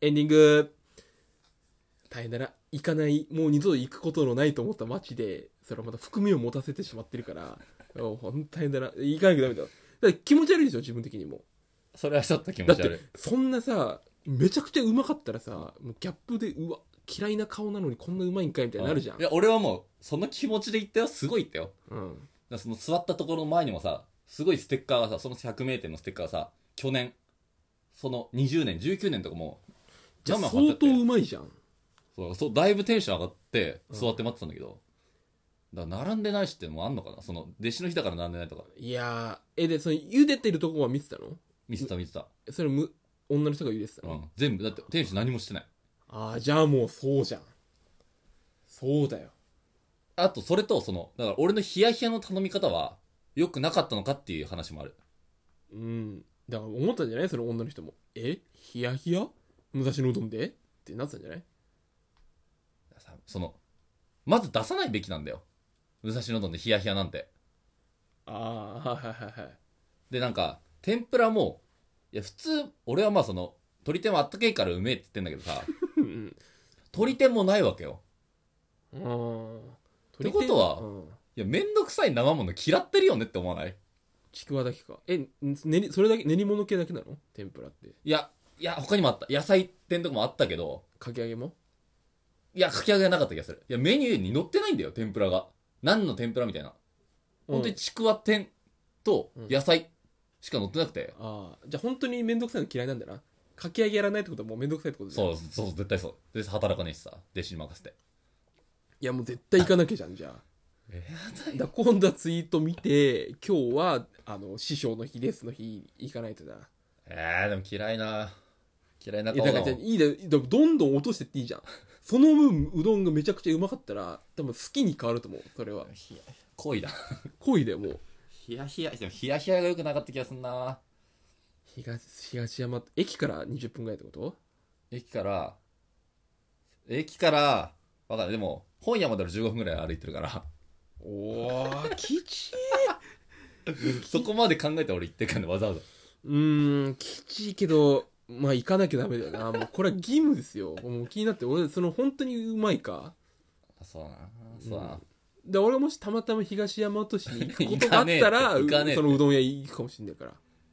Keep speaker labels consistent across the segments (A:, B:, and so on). A: エンディング。大変だな。行かない、もう二度と行くことのないと思った街で、それはまた含みを持たせてしまってるから、もうほんと大変だな。行かなきゃダメだ。だから気持ち悪いでしょ、自分的にも。
B: それはちょっと気
A: だ
B: 持
A: っ
B: ち悪い
A: て、そんなさ、めちゃくちゃうまかったらさ、もうギャップで、うわ、嫌いな顔なのにこんなうまいんかいみたいになるじゃん
B: い。や俺はもうその気持ちで言ったよすごいってよだか
A: うん。
B: らその座ったところの前にもさすごいステッカーがさその100名店のステッカーがさ去年その20年19年とかも
A: じゃあ
B: 生貼っ
A: 相
B: てて
A: 当うまいじゃん。
B: そうそうだいぶテンション上がって座って待ってたんだけど、だから並んでないしってのもあんのかなその弟子の日だから並んでないとか
A: いやー、え、で、その、茹でてるとこは見てたの
B: 見てた見てた、
A: それむ、女の人が茹でてた
B: う
A: の、
B: ん、全部だって店主何もしてない
A: ああ、じゃあもうそうじゃん。そうだよ。
B: あとそれとそのだから俺のヒヤヒヤの頼み方は良くなかったのかっていう話もある
A: うん。だから思ったんじゃないその女の人も。えヒヤヒヤ武蔵のうどんでってなってたんじゃない
B: さそのまず出さないべきなんだよ武蔵野丼でヒヤヒヤなんて
A: ああ、はいはいはいはい。
B: でなんか天ぷらもいや普通俺はまあその鶏天はあったけえからうめえって言ってんだけど さ
A: うん
B: 鶏天もないわけよ
A: うん。ああ。
B: ってことは
A: うん
B: いやめんどくさい生もの嫌ってるよねって思わない
A: ちくわだけか。え、練り、それだけ、練り物系だけなの天ぷらって。
B: いやいや他にもあった野菜天とかもあったけど
A: かき揚げも
B: いやかき揚げはなかった気がするいやメニューに載ってないんだよ天ぷらが何の天ぷらみたいな本当に
A: うん
B: ちくわ天と野菜しか載ってなくて、
A: ああ、じゃあ本当にめんどくさいの嫌いなんだな。かき揚げやらないってことはもうめんどくさいってことだよ
B: そうそう絶対そうで働かねえしさ弟子に任せて
A: いやもう絶対行かなきゃじゃん、じゃあ。
B: え
A: だから今度はツイート見て今日はあの師匠の日ですの日行かないとだ
B: えー、でも嫌いな嫌いない顔
A: や
B: だ
A: だ
B: も
A: か
B: ん
A: らじゃあいいだよだからどんどん落としてっていいじゃんその分うどんがめちゃくちゃうまかったら多分好きに変わると思うそれは
B: ひや恋だ
A: 恋でもう
B: ヒヤヒヤでもヒヤヒヤが良くなかった気がすんな
A: 東東山駅から20分ぐらいってこと
B: 駅から駅からわかんないでも本屋までの15分ぐらい歩いてるから
A: おーきち
B: そこまで考えて俺行ってるからねわざわざ
A: いうーんきちいけどまあ行かなきゃダメだよなもうこれは義務ですよもう気になって俺その本当にうまいか
B: あそうだなそうだな、
A: で俺もしたまたま東大和市に行くことがあったら
B: 行かねえって行かねえって
A: そのうどん屋行くかもしんないから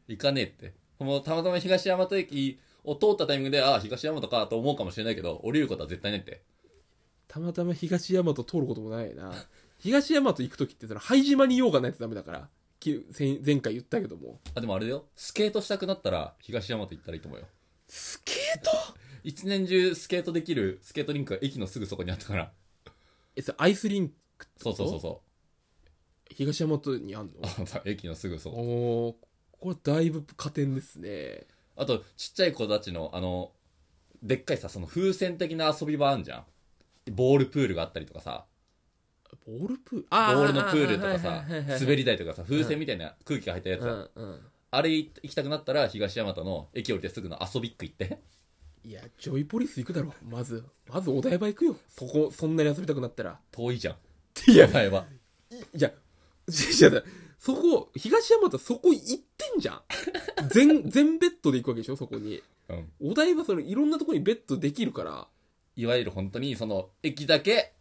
B: 行かねえってもうたまたま東大和駅を通ったタイミングでああ東大和かと思うかもしれないけど降りることは絶対ないって
A: たまたま東大和通ることもない な東大和行く時ってその拝島に用がないとダメだからき前前回言ったけども
B: あでもあれだよスケートしたくなったら東大和行ったらいいと思うよ
A: スケート
B: 一年中スケートできるスケートリンクが駅のすぐそこにあったから
A: えそれアイスリンクって
B: そうそうそう
A: う
B: そ
A: 東大和にあん
B: うあそう 駅のすぐそ
A: の
B: こ
A: おーこれだいぶ加点ですね
B: あとちっちゃい子たちのあのでっかいさその風船的な遊び場あんじゃんボールプールがあったりとかさ
A: ボールプール
B: ボ
A: あ
B: ールのプールとか
A: はい
B: さ
A: はいはいはい
B: 滑り台とかさ風船みたいな空気が入ったやつ、
A: うんうん
B: あれ行きたくなったら東大和の駅降りてすぐの遊びっく行って
A: いやジョイポリス行くだろまずまずお台場行くよそこそんなに遊びたくなったら
B: 遠いじゃん
A: いや
B: お前はい
A: や、じゃじゃそこ、東山田そこ行ってんじゃん。 全、全ベッドで行くわけでしょ、そこに。
B: うん
A: お台場、その、いろんなとこにベッドできるから、
B: いわゆる本当にその駅だけ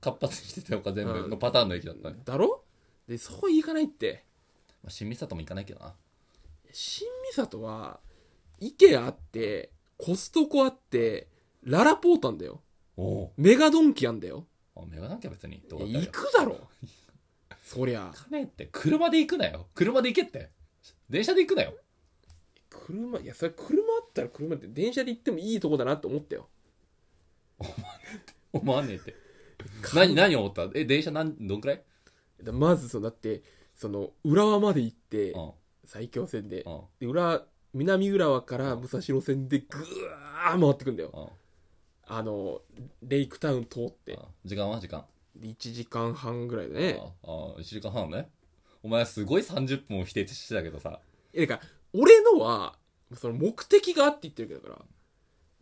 B: 活発にしてたよか全部のパターンの駅だったね、ま
A: だろで、そこ行かないって。
B: あ、新三里も行かないけどな
A: 新三郷は、イケアあって、コストコあって、ララポータンだよ。
B: おお
A: メガドンキあんだよ。
B: あ、メガなきゃ別に。どうだったら
A: 行くだろ。そりゃ
B: 行、かねえって、車で行くなよ。車で行けって。電車で行くなよ。
A: 車、いや、それ車あったら車って電車で行ってもいいとこだなって思ったよ。
B: 思わねえって。何、何思ったえ、電車何、どんくらい
A: だまずそのだってその浦和まで行って、
B: うん。
A: 埼京線で,、
B: うん。
A: で浦南浦和から武蔵野線でぐわー回ってくんだよ
B: うん。
A: あのレイクタウン通って
B: 時間は時間。
A: で1時間半ぐらいだ
B: あ
A: ね
B: あ、1時間半ね。お前すごい30分を否定してたけどさ。
A: えだから俺のはその目的があって言ってるわけだから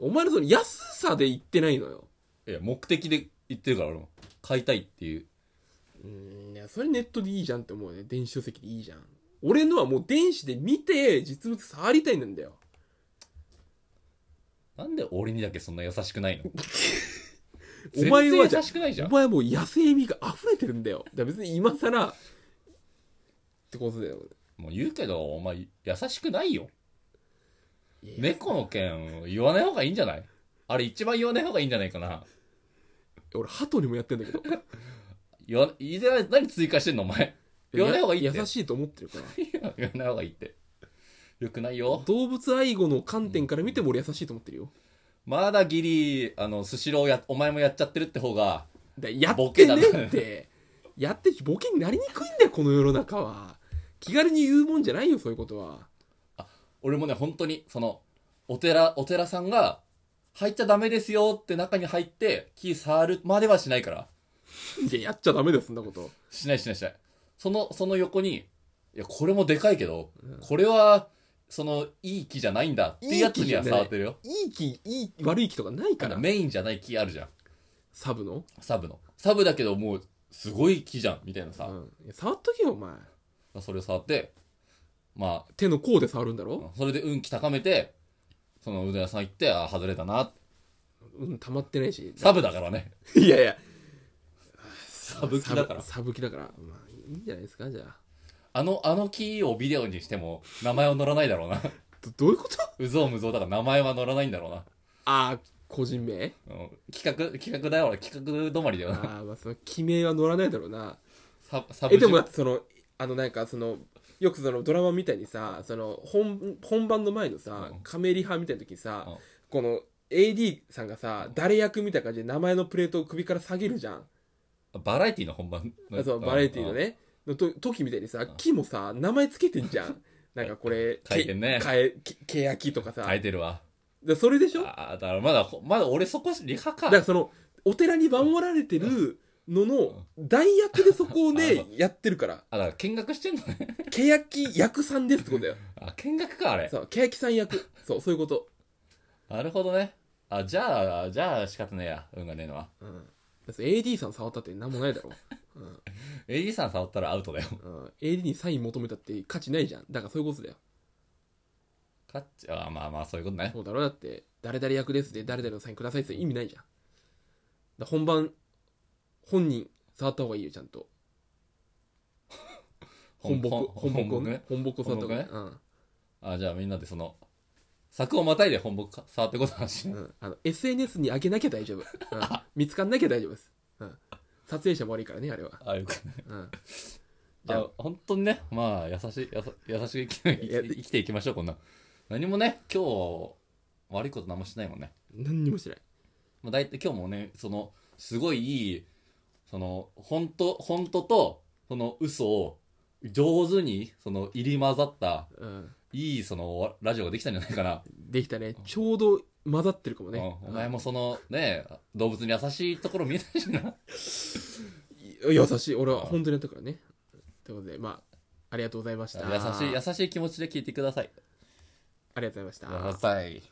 A: お前のその安さで行ってないのよ
B: いや、目的で行ってるから俺も。買いたいっていう。
A: うーんいやそれネットでいいじゃんって思うよね電子書籍でいいじゃん俺のはもう電子で見て実物触りたいんだよ
B: なんで俺にだけそんな優しくないの
A: お前は
B: 全然優しくないじゃ
A: お
B: ん。
A: 前もう野生味が溢れてるんだよ。だから別に今更、ってことだよ。
B: もう言うけど、お前優しくないよ。
A: いや
B: 猫の件言わない方がいいんじゃないあれ一番言わない方がいいんじゃないかな。
A: 俺、鳩にもやってん だけど。
B: 言わ、言いづらい、何追加してんのお前。言わない方がいいって
A: 優しいと思ってる から。
B: いや言わない方がいいって。よくないよ。
A: 動物愛護の観点から見ても俺優しいと思ってるよ。
B: まだギリ、あの、スシローや、お前もやっちゃってるって方が、
A: だやっ
B: ボ
A: て
B: ケ
A: ね
B: だな
A: って。やってボケになりにくいんだよ、この世の中は。気軽に言うもんじゃないよ、そういうことは。
B: 俺もね、本当に、その、お寺、お寺さんが、入っちゃダメですよって中に入って、木触るまではしないから。
A: いや、やっちゃダメだよ、そんなこと。
B: しないしないしない。その、その横に、いや、これもでかいけど、これは、その、いい木じゃないんだっていうやつにはい
A: い木じゃない
B: 触ってるよ。
A: いい気、いい、悪い気とかない
B: な
A: か。
B: んからメインじゃない木あるじゃん。
A: サブの。
B: サブの。サブだけどもう、すごい木じゃん、みたいな
A: う
B: さ。
A: ん。いや触っとけよ、お前。
B: それを触って、ま
A: 手の甲で触るんだ
B: あ
A: ろ、、
B: それで運気高めて、その、うどん屋さん行って、ああ、外れたな。
A: うん、溜まってないし。
B: サブだからね。
A: いやいや。
B: サブ木だから
A: サブサブキだから。まあ、いいんじゃないですか、じゃあ。
B: あの、あの木をビデオにしても、名前は載らないだろうな。
A: どどういうこと
B: うぞうむぞうだから名前は載らないんだろうな。
A: ああ、個人名
B: うん企画、企画だよ、俺。企画止まりだよな。
A: ああ、まあ、その、記名は乗らないだろうな。
B: ササブ
A: え、でもだ
B: じ
A: ってその、あの、なんかその、よくそのドラマみたいにさ、その、本、本番の前のさ
B: うん、
A: カメリ派みたいな時にさ
B: うん、
A: この、AD さんがさ、誰役みたいな感じで名前のプレートを首から下げるじゃん。
B: バラエティの本番の。
A: そう、バラエティのね、のと時みたいにさ、木もさ、名前つけてんじゃん。なんかこれ、
B: 書いてんね
A: け。かえ、け、けやきとか
B: うん。
A: さ
B: 書。いてるわ。
A: でそれでしょだか
B: ああ、だからまだ、まだ俺そこ、リハか。
A: らその、お寺に守られてるのの、代役でそこをね
B: う、
A: やってるから。
B: あ、だから見学してんのね。
A: けやき役さんですってことだよ。
B: あ、見学か、あれ。
A: そう、けやきさん役。そう、そういうこと。
B: なるほどね。あ、じゃあ、じゃあ仕方ねえや。運がねえのは。
A: うん。だって AD さん触ったって何もないだろ。
B: AD さん触ったらアウトだよ。
A: うん。AD にサイン求めたって価値ないじゃん。だからそういうことだよ。
B: かっち、あ、まあまあ、そういうことね。
A: そうだろだって、誰々役ですで誰々のサインくださいって意味ないじゃん。だ本番、本人、触った方がいいよ、ちゃんと。本木、
B: 本
A: 本木をね。本木を触った方がいい。
B: あ、じゃあみんなでその、柵をまたいで本木か触ってことだし
A: う。ん。うん。あの、SNS に上げなきゃ大丈夫。うん。見つかんなきゃ大丈夫です。うん。撮影者も悪いから ね、あれは。
B: あ、よくね。
A: うん。
B: じゃあ、本当にね、まあ、優しい、 やさ優しく生き
A: いや
B: 生き生きていきましょう、こんな。何もね、今日、悪いこと何もしてないもんね。
A: 何にもしない。
B: まあ、大体今日もね、その、すごいいい、その、本当本当と、その、嘘を、上手に、その、入り混ざった、
A: うん。
B: いい、その、ラジオができたんじゃないかな。
A: できたね。ちょうど混ざってるかもね。
B: うんお前もその、ね、動物に優しいところ見えないしな。
A: うん優しい。俺は本当にやったからね。ということで、まあ、ありがとうございました。
B: 優しい、
A: ありが
B: 優しい気持ちで聞いてください。
A: とうございました。
B: ださい。